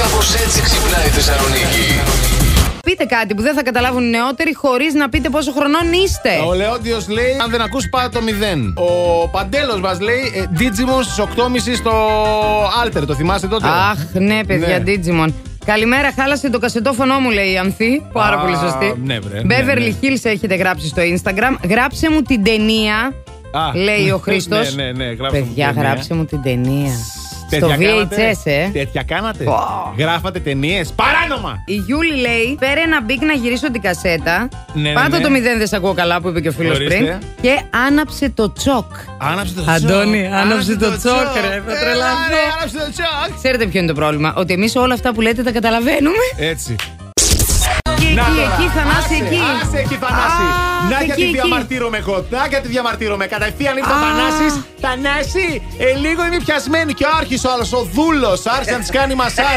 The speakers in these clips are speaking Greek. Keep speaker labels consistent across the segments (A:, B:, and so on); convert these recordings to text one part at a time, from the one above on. A: Κάπως έτσι ξυπνάει η Θεσσαλονίκη.
B: Πείτε κάτι που δεν θα καταλάβουν οι νεότεροι χωρίς να πείτε πόσο χρονών είστε.
C: Ο Λεόντιος λέει: Αν δεν ακούς, πά το 0. Ο Παντέλος μας λέει: ε, Digimon στις 8.30 στο Alter. Το θυμάστε τότε.
B: Αχ, ναι, παιδιά,
C: Ναι.
B: Digimon. Καλημέρα, χάλασε το κασετόφωνο μου, λέει η Ανθή. Πάρα
C: Α,
B: πολύ σωστή.
C: ναι, βρε, ναι,
B: Beverly
C: ναι.
B: Hills έχετε γράψει στο Instagram. Γράψε μου την ταινία.
C: Α.
B: Λέει ο Χρήστος.
C: Ναι, ναι, ναι, γράψε μου
B: Παιδιά,
C: την ταινία.
B: γράψε μου την ταινία. Στο
C: Τέτοια κάνατε?
B: VHS, ε.
C: Τέτοια κάνατε.
B: Πω.
C: Γράφατε ταινίες. Παράνομα!
B: Η Γιούλη λέει: Φέρε ένα μπικ να γυρίσω την κασέτα.
C: Ναι, ναι,
B: Πάτω
C: ναι.
B: το μηδέν, δεν σε ακούω καλά που είπε και ο φίλος
C: Ορίστε.
B: πριν. Και άναψε το τσοκ.
C: Άναψε το
B: Αντώνη,
C: τσόκ.
B: άναψε το τσόκ, ρε, θα
C: Έλα,
B: τρελαθώ.
C: ρε, Ε, ναι, Άναψε το τσόκ.
B: Ξέρετε ποιο είναι το πρόβλημα. Ότι εμείς όλα αυτά που λέτε τα καταλαβαίνουμε.
C: Έτσι.
B: Και εκεί,
C: Να τώρα.
B: εκεί, Θανάση,
C: Άσε,
B: εκεί.
C: Άσε εκεί, Θανάση.
B: Α,
C: Να
B: εκεί,
C: γιατί
B: εκεί.
C: διαμαρτύρομαι εγώ. Να γιατί διαμαρτύρομαι. Κατευθείαν ήρθε ο
B: Α.
C: Θανάσης. Θανάση, ε, λίγο είμαι πιασμένη. Και άρχισε ο άλλος, ο δούλος. Άρχισε να της κάνει μασάζ.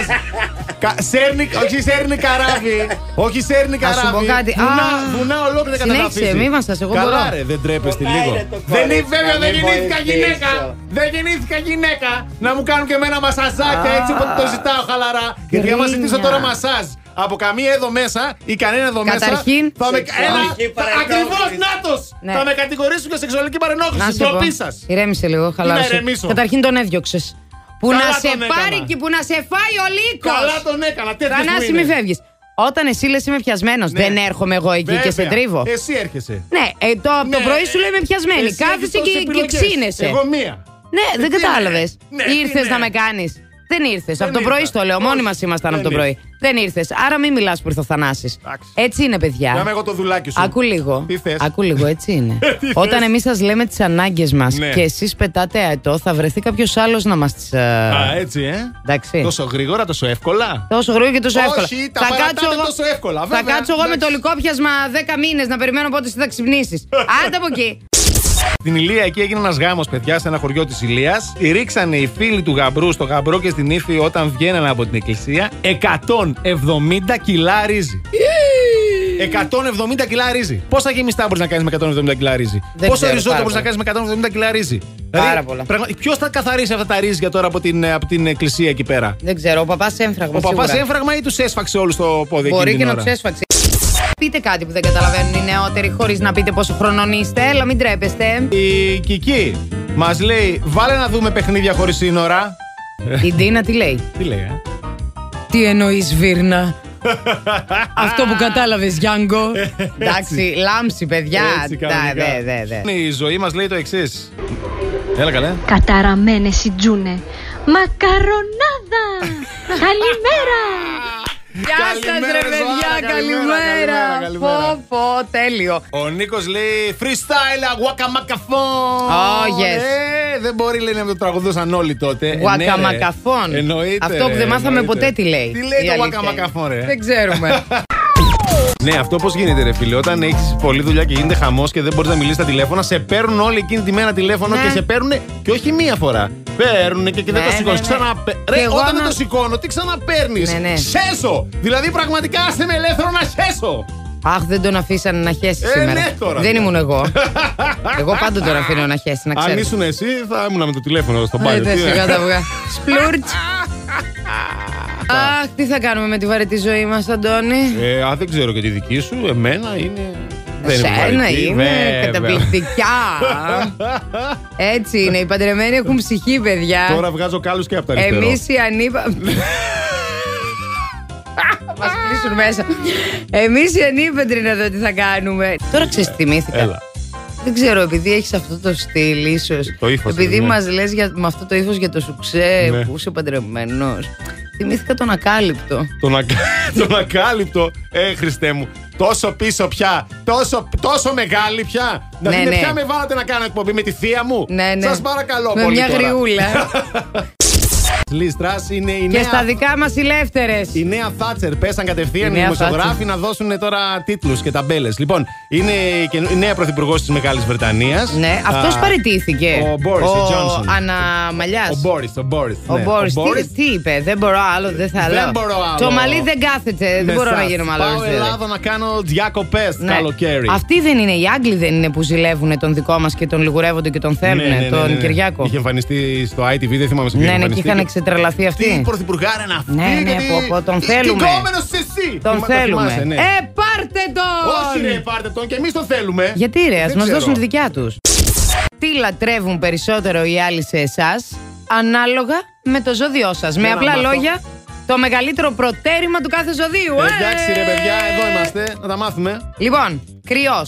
C: Κα- Σέρνει, όχι σέρνει καράβι. Όχι σέρνει
B: Ας σου
C: καράβι.
B: πω κάτι.
C: Βουνά,
B: Α.
C: βουνά ολόκληρα κατά
B: Συνέχισε, μη μας σας, εγώ
C: Καλά,
B: μπορώ.
C: ρε, δεν τρέπεστε
D: Κοντά
C: λίγο.
D: είναι το
C: Δεν
D: κόρη,
C: είναι βέβαια,
D: να
C: δεν
D: μην
C: γεννήθηκα
D: βοηθήσω.
C: γυναίκα. Δεν γεννήθηκα γυναίκα. Να μου κάνουν και εμένα μασαζάκια έτσι που το ζητάω χαλαρά. Γιατί άμα
B: Γκρίνια.
C: ζητήσω τώρα μασάζ από καμία εδώ μέσα ή κανένα εδώ μέσα.
B: Καταρχήν,
C: θα με...
D: σεξουαλική
C: Έλα,
D: παρενόχληση.
C: ακριβώς νάτος!
B: Ναι.
C: Θα με κατηγορήσουν για σεξουαλική παρενόχληση. Ντροπή σας.
B: Ηρέμησε λίγο,
C: να
B: χαλάρωσε.
C: ηρεμήσω.
B: Καταρχήν τον έδιωξες. Που
C: Καλά
B: να σε
C: τον έκανα.
B: πάρει και που να σε φάει ο λύκος.
C: Καλά τον έκανα. Τέτοιος
B: Θανάση,
C: που
B: μη
C: είναι.
B: φεύγεις. Όταν εσύ λες είμαι πιασμένος,
C: Ναι.
B: δεν έρχομαι εγώ εκεί και σε
C: Βέβαια.
B: τρίβω.
C: Εσύ έρχεσαι.
B: Ναι, ε, το, από το
C: Ναι.
B: πρωί σου λέμε πιασμένη.
C: Εσύ έχεις
B: Κάθεσαι
C: τόσες
B: και, και
C: επιλογές.
B: ξύνεσαι.
C: Εγώ μία.
B: Ναι, δεν
C: τι
B: κατάλαβες.
C: ναι, τι
B: Ήρθες
C: ναι.
B: να με κάνεις. Δεν ήρθες.
C: Δεν
B: Από το πρωί
C: ήρθα.
B: στο λέω. Μόνοι
C: Όχι,
B: μας ήμασταν από το
C: δεν
B: πρωί. Δεν ήρθες. Άρα μην μιλάς που ήρθε ο Θανάσης.
C: Εντάξει.
B: Έτσι είναι, παιδιά.
C: Να είμαι εγώ το δουλάκι σου.
B: Ακού λίγο.
C: Τι θες? Ε,
B: Ακού λίγο, έτσι είναι.
C: θες?
B: Όταν εμείς σας λέμε τις ανάγκες μας
C: Ναι.
B: και εσείς πετάτε αετό, θα βρεθεί κάποιος άλλος να μας τις.
C: Α, έτσι, ε.
B: Εντάξει.
C: Τόσο γρήγορα, τόσο εύκολα.
B: Τόσο γρήγορα και τόσο
C: Όχι,
B: εύκολα.
C: τα παρατάτε τόσο εύκολα,
B: θα
C: βέβαια.
B: κάτσω εγώ με
C: Εντάξει.
B: το λυκόπιασμα 10 μήνες να περιμένω πότε εσύ θα ξυπνήσεις. Άντε από εκεί.
C: Στην Ηλία εκεί έγινε ένας γάμος, παιδιά, σε ένα χωριό της Ηλίας. Ρίξανε οι φίλοι του γαμπρού στο γαμπρό και στην ύφη όταν βγαίνανε από την εκκλησία 170 κιλά ρύζι. 170 κιλά ρύζι. Πόσα γεμιστά μπορείς να κάνεις με 170 κιλά ρύζι.
B: Δεν
C: Πόσα
B: ξέρω,
C: ριζότα
B: πάρα
C: μπορείς να κάνεις με 170 κιλά ρύζι.
B: Πάρα πολλά.
C: Ποιος θα καθαρίσει αυτά τα ρύζια τώρα από την, ε, από την εκκλησία εκεί πέρα.
B: Δεν ξέρω, ο παπάς έφραγμα.
C: Ο παπάς
B: σίγουρα.
C: έφραγμα ή τους έσφαξε όλους το πόδι εκείνη
B: Μπορεί
C: την
B: και να
C: ώρα.
B: τους έσφαξε. Πείτε κάτι που δεν καταλαβαίνουν οι νεότεροι χωρίς να πείτε πόσο χρονών είστε. Έλα, μην τρέπεστε.
C: Η Κική μας λέει, βάλε να δούμε παιχνίδια χωρίς σύνορα.
B: Η Ντίνα τι λέει.
C: Τι λέει, ε?
B: Τι εννοείς, Βίρνα. Αυτό που κατάλαβες, Γιάνγκο. Εντάξει, λάμψη, παιδιά.
C: Έτσι,
B: Ναι,
C: κανονικά.
B: ναι, ναι, ναι.
C: Η ζωή μας λέει το εξής. Έλα καλέ.
E: Καταραμένες οι τζούνε. Μακαρονάδα! Καλημέρα!
B: Γεια σας,
C: Καλημέρα,
B: ρε
C: Ζωάρα,
B: παιδιά,
C: καλημέρα, καλημέρα,
B: καλημέρα.
C: καλημέρα.
B: Πω, πω, τέλειο.
C: Ο Νίκος λέει freestyle, guacamacafon.
B: Oh, yes.
C: Ε, δεν μπορεί λέει να το τραγουδούσαν όλοι τότε. Ε, ναι, ρε.
B: Γουακαμακαφών.
C: Εννοείται.
B: Αυτό που
C: ρε,
B: δεν μάθαμε
C: εννοείται.
B: ποτέ τι λέει.
C: Τι λέει
B: Η
C: το
B: αλήθεια
C: guacamacafon,
B: είναι.
C: ρε.
B: Δεν ξέρουμε.
C: Ναι, αυτό πώς γίνεται, ρε φίλε. Όταν έχεις πολλή δουλειά και γίνεται χαμός και δεν μπορείς να μιλήσεις τα τηλέφωνα, σε παίρνουν όλοι εκείνη τη μέρα τηλέφωνο
B: Ναι.
C: και σε παίρνουν και όχι μία φορά. Παίρνουν και, και δεν
B: Ναι,
C: το σηκώνεις.
B: ναι, ναι.
C: Ξανα...
B: Και
C: Ρε,
B: εγώ
C: όταν
B: άμα-
C: δεν το σηκώνω, τι ξαναπαίρνεις.
B: Ναι, ναι.
C: Χέσω! Δηλαδή, πραγματικά άσε με ελεύθερο να χέσω.
B: Αχ, δεν τον αφήσαν να χέσει
C: Ε,
B: σήμερα.
C: ναι, τώρα.
B: δεν ήμουν εγώ. εγώ πάντα τον αφήνω να χέσει, να
C: Αν
B: ξέρεις.
C: ήσουν εσύ, θα ήμουν με το τηλέφωνο στο μπάνιο.
B: Δεν
C: Τι, ε.
B: σιγά τα αυγά. Σπλούρτ. Αχ, τι θα κάνουμε με τη βαρετή ζωή μας, Αντώνη.
C: Ε, α, δεν ξέρω και τη δική σου. Εμένα είναι. δεν είναι
B: Σένα
C: βαρετή,
B: είναι
C: βέβαια.
B: καταπληκτικά. Έτσι είναι. Οι παντρεμένοι έχουν ψυχή, παιδιά.
C: Τώρα βγάζω κάλους και από τα αριστερό.
B: Εμείς οι ανύπαρκτοι. Μας κλείσουν μέσα. Εμείς οι ανύπαντροι να δω τι θα κάνουμε. Τώρα ξέρεις, θυμήθηκα.
C: Έλα.
B: Δεν ξέρω, επειδή έχεις αυτό το στυλ, ίσως.
C: Το ύφος,
B: Επειδή
C: ναι.
B: μας μα λε με αυτό το ύφος για το σουξέ
C: Ναι.
B: που είσαι παντρεμένος. Θυμήθηκα τον ακάλυπτο.
C: Τον, ακα... τον ακάλυπτο. Ε, Χριστέ μου. Τόσο πίσω πια. Τόσο, τόσο μεγάλη πια.
B: Ναι,
C: δηλαδή,
B: ναι.
C: πια με βάλατε να κάνω εκπομπή με τη θεία μου.
B: Ναι, ναι.
C: Σας παρακαλώ
B: Με
C: πολύ.
B: μια
C: τώρα.
B: γριούλα.
C: Λίστρας είναι η
B: και
C: νέα.
B: στα δικά μας ηλεύθερε.
C: Η νέα Θάτσερ πέσαν κατευθείαν
B: Η
C: οι
B: νέα
C: δημοσιογράφοι
B: Θάτσερ.
C: να δώσουν τώρα τίτλους και ταμπέλες. Λοιπόν, Είναι η καινο- η νέα πρωθυπουργός της Μεγάλης Βρετανίας.
B: Ναι, αυτός παραιτήθηκε.
C: Ο Μπόρι, ο, Τζόνσον.
B: Αναμαλιάς.
C: Ο Μπόρι, Ναι. ο Μπόρι.
B: Ο Μπόρις, τι, τι είπε, δεν μπορώ άλλο, δεν θα
C: Δεν
B: λέω.
C: μπορώ άλλο.
B: Το μαλλί δεν κάθεται, δεν μπορώ να γίνω δηλαδή. Ναι. μαλάκι.
C: Πάω Ελλάδα να κάνω διακοπέ καλοκαίρι.
B: Αυτοί δεν είναι, οι Άγγλοι δεν είναι που ζηλεύουν τον δικό μας και τον λιγουρεύονται και τον
C: Ναι,
B: θέλουν, τον Κυριάκο.
C: Είχε εμφανιστεί στο ITV, δεν θυμάμαι σε ποιο
B: Ναι, ναι, και
C: εμφανιστεί.
B: είχαν εξετρελαθεί
C: Τι
B: αυτοί.
C: πρωθυπουργάρα είναι αυτή.
B: Ναι, ναι,
C: γιατί-
B: πω, πω, τον
C: Τι
B: θέλουμε.
C: Κόμενος εσύ.
B: Τον
C: Μα, το
B: θέλουμε.
C: θυμάσαι, ναι.
B: Ε, πάρτε τον!
C: Όχι, ρε, πάρτε τον και εμείς τον θέλουμε.
B: Γιατί ρε, ας
C: Δεν
B: μας
C: ξέρω.
B: δώσουν τη δικιά τους. Τι λατρεύουν περισσότερο οι άλλοι σε εσάς, ανάλογα με το ζώδιό σας. Με
C: να
B: απλά
C: μάθω.
B: λόγια, το μεγαλύτερο προτέρημα του κάθε ζωδίου.
C: Ε,
B: Ε!
C: Εντάξει, ρε, παιδιά, εδώ είμαστε. Να τα μάθουμε.
B: Λοιπόν, κρυός.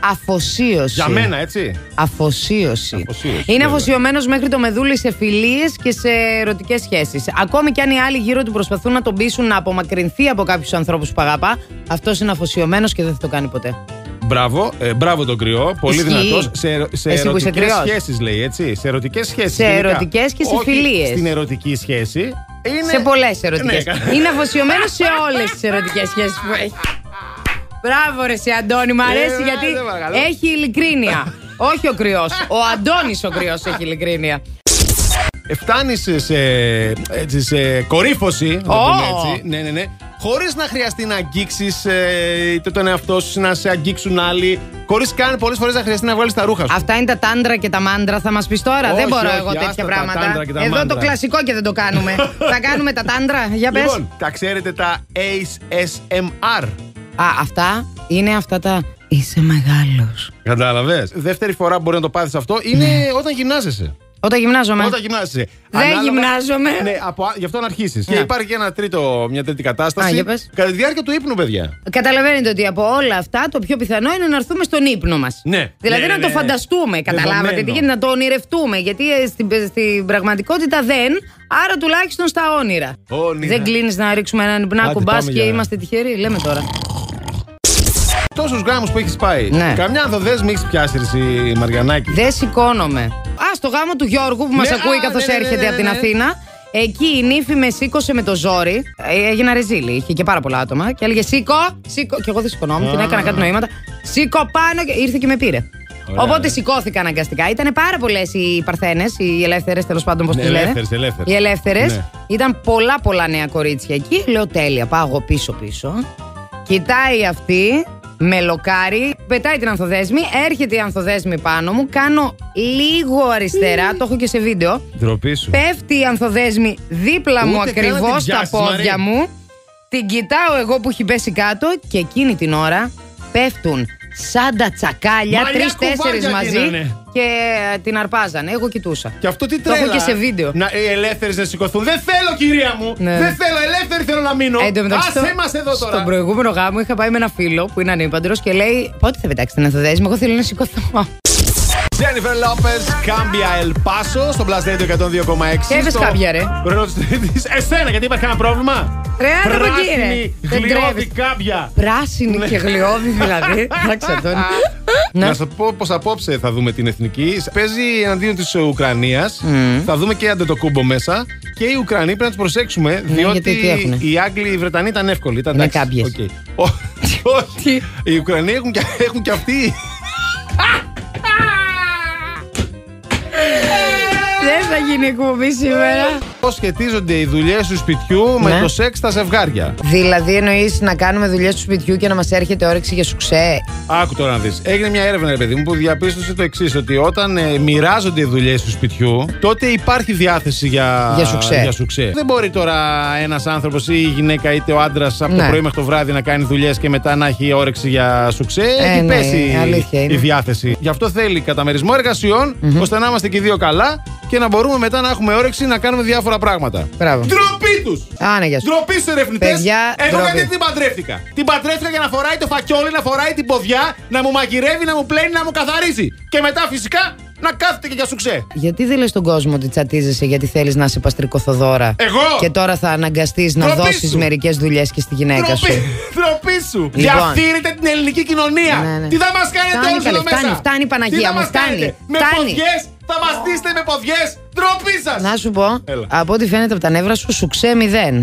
B: Αφοσίωση.
C: Για μένα, έτσι.
B: Αφοσίωση.
C: Αφοσίωση,
B: Είναι
C: βέβαια.
B: αφοσιωμένος μέχρι το μεδούλι σε φιλίες και σε ερωτικές σχέσεις. Ακόμη κι αν οι άλλοι γύρω του προσπαθούν να τον πείσουν να απομακρυνθεί από κάποιους ανθρώπους που αγαπά, αυτός είναι αφοσιωμένος και δεν θα το κάνει ποτέ.
C: Μπράβο, ε, μπράβο τον κρυό. Πολύ
B: Ισχύει.
C: δυνατός. Σε, ερω- σε
B: Εσύ που είσαι
C: ερωτικές
B: κρυός.
C: σχέσεις, λέει έτσι. Σε ερωτικές σχέσεις.
B: Σε ερωτικές και σε φιλίες.
C: Στην ερωτική σχέση. Είναι...
B: Σε πολλές ερωτικές.
C: Ναι, κα-
B: είναι αφοσιωμένος σε όλες τις ερωτικές σχέσεις που έχει. Μπράβο, ρε, σε Αντώνη, μου αρέσει
C: Ε,
B: γιατί
C: δεν παρακαλώ.
B: έχει ειλικρίνεια. Όχι ο κρυός. Ο Αντώνης ο κρυός έχει ειλικρίνεια.
C: Ε, Φτάνεις σε, σε, έτσι, σε κορύφωση. να το
B: Ω.
C: πούμε έτσι. Ναι, ναι, ναι. Χωρίς να χρειαστεί να αγγίξεις ε, είτε τον εαυτό σου, να σε αγγίξουν άλλοι. Χωρίς καν πολλές φορές να χρειαστεί να βγάλεις τα ρούχα σου.
B: Αυτά είναι τα τάντρα και τα μάντρα, θα μας πεις τώρα.
C: Όχι,
B: δεν μπορώ
C: όχι,
B: εγώ
C: άστα
B: τέτοια
C: τα
B: πράγματα.
C: τάντρα και τα
B: Εδώ
C: μάντρα.
B: το κλασικό και δεν το κάνουμε. θα κάνουμε τα τάντρα, για πες.
C: Λοιπόν, τα ξέρετε τα ASMR.
B: Α, αυτά είναι αυτά τα. Είσαι μεγάλος.
C: Κατάλαβες. Δεύτερη φορά που μπορεί να το πάθεις αυτό είναι όταν γυμνάζεσαι.
B: Όταν γυμνάζομαι.
C: Όταν γυμνάζεσαι.
B: Δεν γυμνάζομαι.
C: Ναι, από, α- γι' αυτό να αρχίσει.
B: Ναι.
C: Και υπάρχει και ένα τρίτο, μια τρίτη κατάσταση.
B: Α, για πες.
C: Κατά τη διάρκεια του ύπνου, παιδιά.
B: Καταλαβαίνετε ότι από όλα αυτά το πιο πιθανό είναι να έρθουμε στον ύπνο μας.
C: Ναι.
B: Δηλαδή
C: Ναι,
B: να
C: ναι,
B: το
C: ναι.
B: φανταστούμε. Καταλάβατε
C: Δεδομένο.
B: τι γίνεται, να το ονειρευτούμε. Γιατί ε, στην, στην πραγματικότητα δεν. Άρα τουλάχιστον στα όνειρα.
C: Όνειρα.
B: Δεν κλείνεις να ρίξουμε έναν
C: Άντε,
B: πνάκο μπα
C: πάμε
B: και
C: για-
B: είμαστε τυχεροί. Λέμε τώρα.
C: Τόσους γάμους που έχεις πάει.
B: Ναι.
C: Καμιά ανθοδέσμη έχεις πιάσει η Μαριανάκη.
B: Δεν σηκώνομαι. Ας, στο γάμο του Γιώργου που μας
C: Ναι,
B: ακούει
C: α,
B: καθώς
C: ναι, ναι, ναι,
B: έρχεται
C: ναι,
B: από την
C: ναι.
B: Αθήνα. Εκεί η νύφη με σήκωσε με το ζόρι. Ε, Έγινα ρεζίλη. Είχε και πάρα πολλά άτομα. Και έλεγε Σήκω, σήκω. Και εγώ δεν σηκωνόμουν, την έκανα κάτι νοήματα. Σήκω πάνω και ήρθε και με πήρε.
C: Ωραία,
B: Οπότε
C: ναι.
B: σηκώθηκα αναγκαστικά. Ήταν πάρα πολλές οι παρθένες, οι ελεύθερες τέλος πάντων, πώς
C: Ναι,
B: τις λένε.
C: ελεύθερες, ελεύθερες.
B: Οι ελεύθερες.
C: Ναι.
B: Ήταν πολλά πολλά νέα κορίτσια εκεί. Λέω τέλεια, πάω εγώ πίσω-πίσω. Κοιτάει αυτή, με λοκάρει, πετάει την ανθοδέσμη, έρχεται η ανθοδέσμη πάνω μου, κάνω λίγο αριστερά, το έχω και σε βίντεο.
C: Ντροπή σου.
B: Πέφτει η ανθοδέσμη δίπλα μου
C: Ούτε καν να την
B: ακριβώ στα
C: πιάσεις,
B: πόδια
C: Μαρία.
B: μου. Την κοιτάω εγώ που έχει πέσει κάτω και εκείνη την ώρα πέφτουν σαν τα τσακάλια,
C: Μαλλιά
B: τρει-τέσσερι
C: κουβάρια
B: μαζί
C: γίνανε.
B: και ε, την αρπάζανε. Εγώ κοιτούσα.
C: Και αυτό τι
B: Το έχω
C: τρέλα.
B: και σε βίντεο.
C: Να, οι ελεύθερε να σηκωθούν. Δεν θέλω, κυρία μου.
B: Ναι.
C: Δεν θέλω, ελεύθερη θέλω να μείνω.
B: Ε, εν τω μεταξύ, στο-
C: Άσε μας εδώ τώρα.
B: Στον προηγούμενο γάμο είχα πάει με ένα φίλο που είναι ανήπαντρος και λέει: Πότε θα πετάξει την ανθοδέσμη, εγώ θέλω να σηκωθώ.
C: Jennifer Lopez, Κάμπια El Paso στο Blast Radio 102,6.
B: Έβες
C: Στο
B: κάμπια, ρε.
C: ρώτησε της, Εσένα, γιατί υπάρχει ένα πρόβλημα.
B: Ρε, άντε από εκεί, ρε.
C: Πράσινη,
B: Δεν
C: γλιώδη
B: τρέβεις.
C: κάμπια. Ναι.
B: Πράσινη και γλιώδη δηλαδή. Εντάξει, Αντώνη. Ναι.
C: Να σα πω πως απόψε θα δούμε την εθνική. Παίζει εναντίον της Ουκρανίας. Θα δούμε και άντε το κούμπο μέσα. Και οι Ουκρανοί πρέπει να τους προσέξουμε. διότι
B: Ναι, γιατί τι έχουνε?
C: οι Άγγλοι, οι Βρετανοί ήταν εύκολοι. Ήταν
B: Είναι
C: εντάξει,
B: κάμπιες.
C: οκ. Ό- Όχι. Οι Ουκρανοί έχουν και, έχουν και αυτοί. Ε.
B: Δεν θα γίνει εκπομπή σήμερα.
C: Πώς σχετίζονται οι δουλειές του σπιτιού με
B: Ναι.
C: το σεξ στα ζευγάρια.
B: Δηλαδή, εννοείς να κάνουμε δουλειές του σπιτιού και να μας έρχεται όρεξη για σουξέ.
C: Άκου τώρα να δεις. Έγινε μια έρευνα, ρε παιδί μου, που διαπίστωσε το εξής: Ότι όταν ε, μοιράζονται οι δουλειές του σπιτιού, τότε υπάρχει διάθεση για,
B: Για σουξέ.
C: Δεν μπορεί τώρα ένας άνθρωπος ή η γυναίκα είτε ο άντρας από το
B: Ναι.
C: πρωί μέχρι το βράδυ να κάνει δουλειές και μετά να έχει όρεξη για σουξέ.
B: Ε,
C: έχει
B: ναι,
C: πέσει
B: αλήθεια είναι.
C: η διάθεση. Γι' αυτό θέλει καταμερισμό εργασιών, ώστε να είμαστε και οι δύο καλά και να μπορούμε μετά να έχουμε όρεξη να κάνουμε διάφορα πράγματα.
B: Μπράβο.
C: Ντροπή τους!
B: Άνα, γεια σου.
C: Ντροπή στους ερευνητές.
B: Ε, Παιδιά,
C: Εγώ
B: ντροπή.
C: γιατί την παντρεύτηκα. Την παντρεύτηκα για να φοράει το φακιόλι, να φοράει την ποδιά, να μου μαγειρεύει, να μου πλένει, να μου καθαρίζει. Και μετά φυσικά να κάθεται και για σουξέ.
B: Γιατί δεν λες στον κόσμο ότι τσατίζεσαι γιατί θέλεις να είσαι παστρικοθοδώρα.
C: Εγώ!
B: Και τώρα θα αναγκαστείς να
C: Ντροπή
B: δώσεις
C: σου.
B: μερικές δουλειές και στη γυναίκα σου.
C: Ντροπή, ντροπή σου.
B: Ναι, Λοιπόν.
C: Διαφύρετε την ελληνική κοινωνία.
B: Ναι, ναι.
C: Τι θα μας κάνετε
B: Φτάνει,
C: όλους
B: καλέ,
C: εδώ μέσα.
B: φτάνει, φτάνει, Παναγία
C: Τι θα
B: μου,
C: μας
B: φτάνει,
C: κάνετε. Με
B: φτάνει. Ναι.
C: ποδιές θα μα στήσετε με ποδιές. Ντροπή σας.
B: Να σου πω,
C: Έλα.
B: από ό,τι φαίνεται από τα νεύρα σου, σου ξέ μηδέν.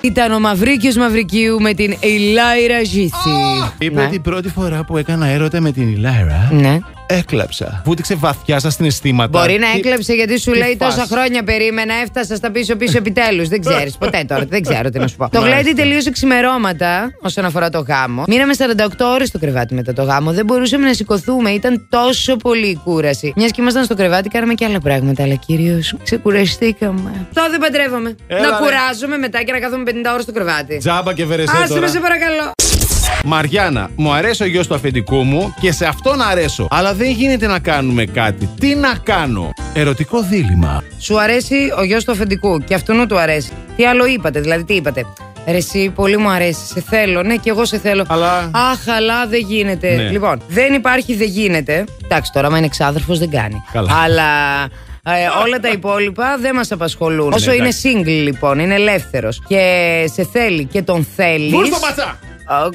B: Ήταν ο Μαυρίκιος Μαυρικίου με την Ηλάιρα Ζήση.
C: Είπε
B: Ναι.
C: την πρώτη φορά που έκανα έρωτα με την Ηλάρα.
B: Ναι.
C: Έκλαψα. Βούτυξε βαθιά στα συναισθήματα.
B: Μπορεί να
C: Τι-
B: έκλεψε γιατί σου
C: τι
B: λέει
C: φάση.
B: τόσα χρόνια περίμενα, έφτασα στα πίσω-πίσω επιτέλους. Δεν ξέρεις ποτέ τώρα, δεν ξέρω τι να σου πω. το
C: Μάλιστα.
B: γλέντι τελείωσε ξημερώματα όσον αφορά το γάμο. Μείναμε 48 ώρες στο κρεβάτι μετά το γάμο. Δεν μπορούσαμε να σηκωθούμε, ήταν τόσο πολύ η κούραση. Μιας και ήμασταν στο κρεβάτι, κάναμε και άλλα πράγματα, αλλά κυρίως ξεκουραστήκαμε. Τώρα δεν παντρεύομαι.
C: Έλα,
B: να
C: ρε.
B: κουράζομαι μετά και να κάθομαι 50 ώρες στο κρεβάτι.
C: Τζάμπα και βερεσέ
B: Άσε με
C: τώρα.
B: σε παρακαλώ.
C: Μαριάννα, μου αρέσει ο γιος του αφεντικού μου και σε αυτόν αρέσω. Αλλά δεν γίνεται να κάνουμε κάτι. Τι να κάνω. Ερωτικό δίλημα.
B: Σου αρέσει ο γιος του αφεντικού και αυτού του αρέσει. Τι άλλο είπατε, δηλαδή τι είπατε. Ρε εσύ, πολύ μου αρέσει, σε θέλω, ναι και εγώ σε θέλω.
C: Αλλά-
B: Αχ, αλλά δεν γίνεται.
C: Ναι.
B: Λοιπόν, δεν υπάρχει, δεν γίνεται. Εντάξει, τώρα άμα είναι εξάδερφο δεν κάνει.
C: Καλά.
B: Αλλά ε, όλα τα υπόλοιπα δεν μας απασχολούν. Όσο είναι
C: Ναι, εντάξει.
B: single λοιπόν, είναι ελεύθερος και σε θέλει και τον θέλεις.
C: Πού στο πατσά!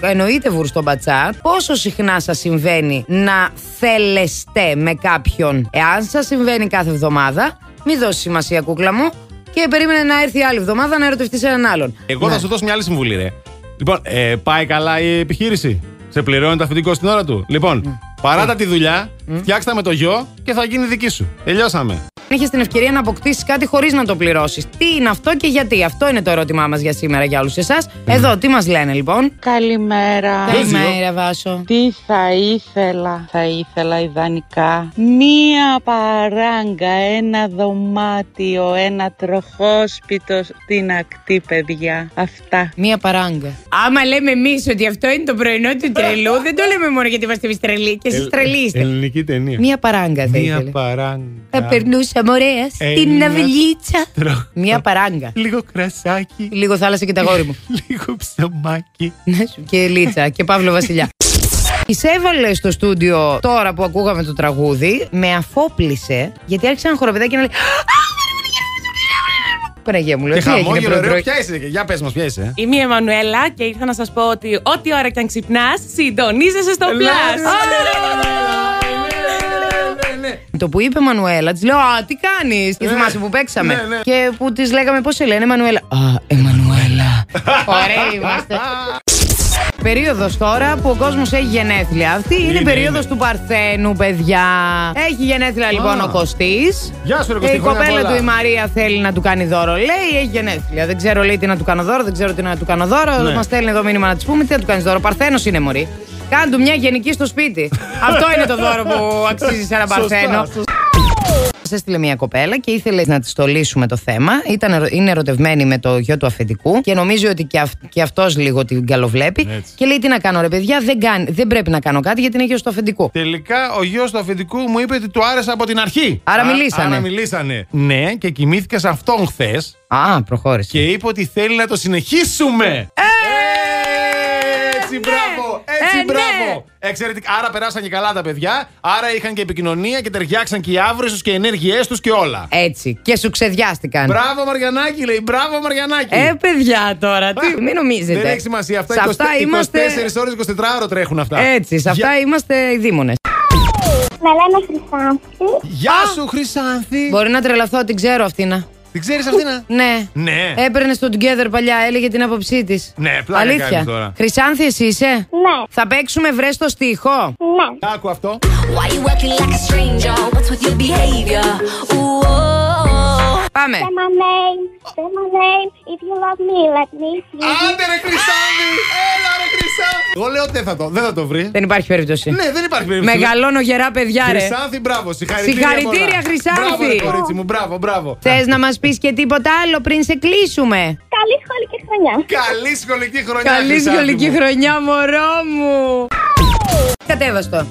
B: Ε, Εννοείται βουρστο μπατσά. Πόσο συχνά σας συμβαίνει να θέλεστε με κάποιον. Εάν σας συμβαίνει κάθε εβδομάδα, μη δώσεις σημασία, κούκλα μου. Και περίμενε να έρθει άλλη εβδομάδα να ερωτευτεί έναν άλλον. Ναι.
C: Εγώ θα σου δώσω μια άλλη συμβουλή, ρε. Λοιπόν, ε, πάει καλά η επιχείρηση. Σε πληρώνει το αφεντικό στην ώρα του. Λοιπόν, παράτα τη δουλειά, φτιάξτε με το γιο και θα γίνει δική σου. Τελειώσαμε.
B: Είχες την ευκαιρία να αποκτήσεις κάτι χωρίς να το πληρώσεις. Τι είναι αυτό και γιατί. Αυτό είναι το ερώτημά μας για σήμερα για όλους εσάς. Εδώ, τι μας λένε λοιπόν.
D: Καλημέρα.
B: Καλημέρα, Βάσο.
D: Τι θα ήθελα, θα ήθελα ιδανικά μία παράγκα, ένα δωμάτιο, ένα τροχόσπιτο στην ακτή παιδιά. Αυτά.
B: Μία παράγκα. Άμα λέμε εμείς ότι αυτό είναι το πρωινό του τρελού, δεν το λέμε μόνο γιατί είμαστε εμείς τρελοί και εσείς τρελοί είστε.
C: Ε, Ελληνική ταινία.
B: Μία παράγκα θα ήθελε. Θα
C: παράγκα.
B: περνούσαμε ωραία στην
C: Ένα
B: αυλίτσα. Μια παράγκα.
C: Λίγο κρασάκι,
B: Λίγο θάλασσα και τα γόρι μου.
C: λίγο ψωμάκι.
B: Ναι, σου. και λίτσα και Παύλο Βασιλιά. Εισέβαλε στο στούντιο τώρα που ακούγαμε το τραγούδι, με αφόπλησε γιατί άρχισε ένα χοροπηδάκι να λέει. «Α, Παναγία μου, λέω.
C: Και
B: τι έγινε,
C: χαμόγελο,
B: πρόεδρο?»
C: ρε. Ποια είσαι, για πες μας, ποια είσαι.
F: Είμαι η Εμμανουέλα και ήρθα να σας πω ότι ό,τι ώρα και αν ξυπνάς, συντονίζεσαι στο πλάσ.
B: Το που είπε Μανουέλα, της λέω Α, τι κάνεις. Και θυμάσαι που παίξαμε.
C: Ναι, ναι.
B: Και που της λέγαμε πώς σε λένε, Μανουέλα. Α, Εμμανουέλα. Ωραία είμαστε. Περίοδος τώρα που ο κόσμος έχει γενέθλια. Αυτή είναι, η
C: Είναι,
B: περίοδος
C: είναι.
B: του Παρθένου, παιδιά. Έχει γενέθλια λοιπόν
C: Α.
B: ο Κωστής.
C: Γεια σου, ρε Κωστή,
B: Η
C: χρόνια
B: κοπέλα
C: πολλά.
B: του η Μαρία θέλει να του κάνει δώρο. Λέει έχει γενέθλια. Δεν ξέρω λέει τι να του κάνω δώρο, δεν ξέρω τι να του κάνω δώρο.
C: Ναι.
B: Μας στέλνει εδώ μήνυμα να της πούμε τι να του κάνεις δώρο. Παρθένος είναι μωρή. Κάντου μια γενική στο σπίτι. Αυτό είναι το δώρο που αξίζει σε ένα Παρθένο. Σε έστειλε μια κοπέλα και ήθελε να της στολίσουμε το θέμα. Ήταν, ερω- είναι ερωτευμένη με το γιο του αφεντικού και νομίζει ότι και, αυ, και αυτός λίγο την καλοβλέπει.
C: Έτσι.
B: Και λέει: Τι να κάνω, ρε παιδιά, δεν, κάνει, δεν πρέπει να κάνω κάτι γιατί είναι γιος του αφεντικού.
C: Τελικά ο γιος του αφεντικού μου είπε ότι του άρεσε από την αρχή.
B: Άρα
C: Α-
B: μιλήσανε.
C: Άρα μιλήσανε. Ναι, και κοιμήθηκε σε αυτόν χθες
B: Α, προχώρησε.
C: και είπε ότι θέλει να το συνεχίσουμε. Έτσι, μπράβο! Έτσι,
B: Ε,
C: μπράβο!
B: ναι.
C: Εξαιρετικά. Άρα περάσαν και καλά τα παιδιά. Άρα είχαν και επικοινωνία και ταιριάξαν και οι αύριε τους και οι ενέργειές τους και όλα.
B: Έτσι. Και σου ξεδιάστηκαν.
C: Μπράβο, Μαριανάκη, λέει. Μπράβο, Μαριανάκη.
B: ναι. Ε, παιδιά τώρα, τι, μην νομίζετε.
C: Δεν έχει σημασία. Αυτά,
B: Σε αυτά
C: 20
B: είμαστε.
C: 24 ώρες, 24 ώρο τρέχουν αυτά.
B: Έτσι, σε αυτά
C: Γεια-
B: είμαστε οι δίμονε.
G: Με λένε Χρυσάνθη.
C: Γεια σου, Χρυσάνθη.
B: Μπορεί να τρελαθώ, την ξέρω αυτήν.
C: Την ξέρεις αυτή να.
B: Ναι.
C: Ναι.
B: Έπαιρνες στο together παλιά, έλεγε την άποψή της.
C: Ναι, πλάκα
B: Αλήθεια.
C: κάνεις τώρα.
B: Χρυσάνθη, εσύ είσαι.
G: Ναι,
B: Θα παίξουμε βρες στο στίχο.
G: ναι.
C: Άκου αυτό.
H: Why you acting like a stranger? What's with your behavior? Ooh, oh,
B: Πάμε.
G: Say my name, say my name. If you love me, let me see. you.
C: Άντε ρε Χρυσάνθη! Έλα ρε Χρυσάνθη! Εγώ λέω δεν θα το, δεν θα το βρει.
B: Δεν υπάρχει περίπτωση.
C: ναι, δεν υπάρχει περίπτωση.
B: Μεγαλώνω γερά παιδιά, Ε, ρε.
C: Χρυσάνθη, μπράβο, συγχαρητήρια.
B: Συγχαρητήρια,
C: πολλά.
B: Χρυσάνθη.
C: Μπράβο, ρε, κορίτσι μου, μπράβο, μπράβο.
B: Θες να μας πεις και τίποτα άλλο πριν σε
C: Ναι,
B: κλείσουμε.
G: Καλή σχολική χρονιά.
C: Καλή σχολική χρονιά.
B: Καλή
C: Χρυσάνθη
B: σχολική
C: μου.
B: χρονιά, μωρό μου. Κατέβαστο.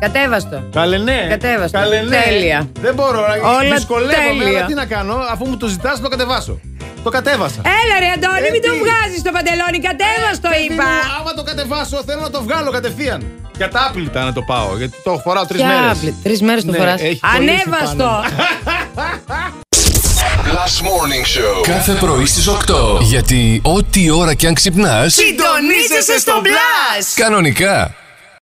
B: Κατέβαστο.
C: Καλέ ναι.
B: Κατέβασε.
C: Καλέ ναι.
B: Τέλεια.
C: Δεν μπορώ.
B: Όλα
C: Όλα δυσκολεύομαι,
B: τέλεια.
C: αλλά τι να κάνω, αφού μου το ζητάς να το κατεβάσω. Το κατέβασα.
B: Έλα ρε Αντώνη,
C: Ε,
B: μην το
C: τι? Ε,
B: βγάζεις το παντελόνι, κατέβαστο
C: Παιδί
B: είπα.
C: μου, Άμα το κατεβάσω, θέλω να το βγάλω κατευθείαν. Για τα άπλυτα να το πάω, γιατί το φοράω τρεις
B: Ποια
C: μέρε.
B: άπλη- Τρεις μέρες το
C: Ναι,
B: φοράς.
C: έχει κολλήσει
B: Ανέβαστο.
A: Last Morning Show. Κάθε πρωί στις 8. Γιατί ό,τι ώρα κι αν ξυπνάς,
B: Συντονίζεσαι στο μπλα.
A: κανονικά.